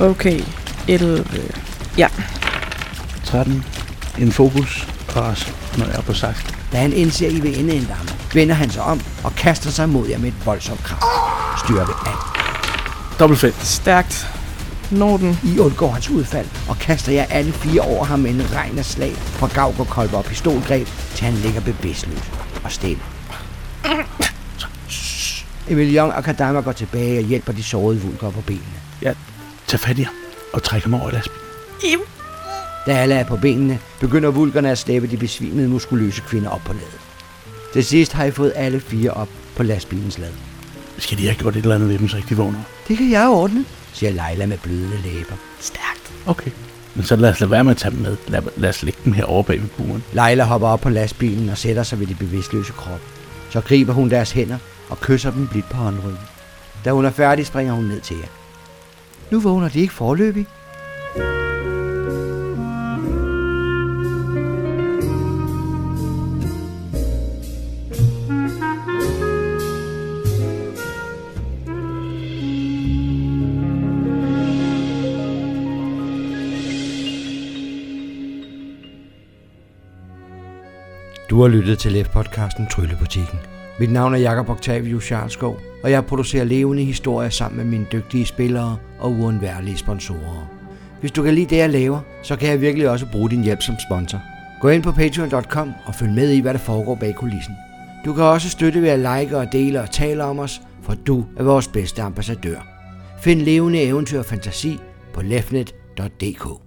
S3: Okay. 11. Ja.
S2: 13, en fokus og så når jeg er på 16.
S1: Da han indser, I vil endeende ham, vender han sig om og kaster sig mod jer med et voldsomt kraft. Styrke 18.
S2: Dobbelt 5.
S3: Stærkt. Norden.
S1: I undgår hans udfald og kaster jer alle fire over ham med en regn af slag fra gavgerkolber og pistolgreb, til han ligger bevidstløs og stille. Emilion og Kadama går tilbage og hjælper de sårede vulker på benene.
S2: Jeg tager fat i ham og trækker mig over i lastbilen.
S1: Da alle er på benene, begynder vulkerne at slæbe de besvimede muskuløse kvinder op på ladet. Til sidst har I fået alle fire op på lastbilens lad.
S2: Skal de have gjort et eller andet ved dem, så ikke de vågner?
S1: Det kan jeg ordne, siger Leila med blødende læber.
S2: Okay. Men så lad os lade være med at tage dem med. Lad, lad os lægge dem herovre bag ved buren.
S1: Leila hopper op på lastbilen og sætter sig ved de bevidstløse krop. Så griber hun deres hænder og kysser dem blidt på håndryggen. Da hun er færdig, springer hun ned til jer. Nu vågner de ikke forløbig. Du har lyttet til LEF-podcasten Tryllebutikken. Mit navn er Jakob Octavius Charlskov, og jeg producerer levende historier sammen med mine dygtige spillere og uundværlige sponsorer. Hvis du kan lide det, jeg laver, så kan jeg virkelig også bruge din hjælp som sponsor. Gå ind på patreon.com og følg med i, hvad der foregår bag kulissen. Du kan også støtte ved at like og dele og tale om os, for du er vores bedste ambassadør. Find levende eventyr og fantasi på lefnet.dk.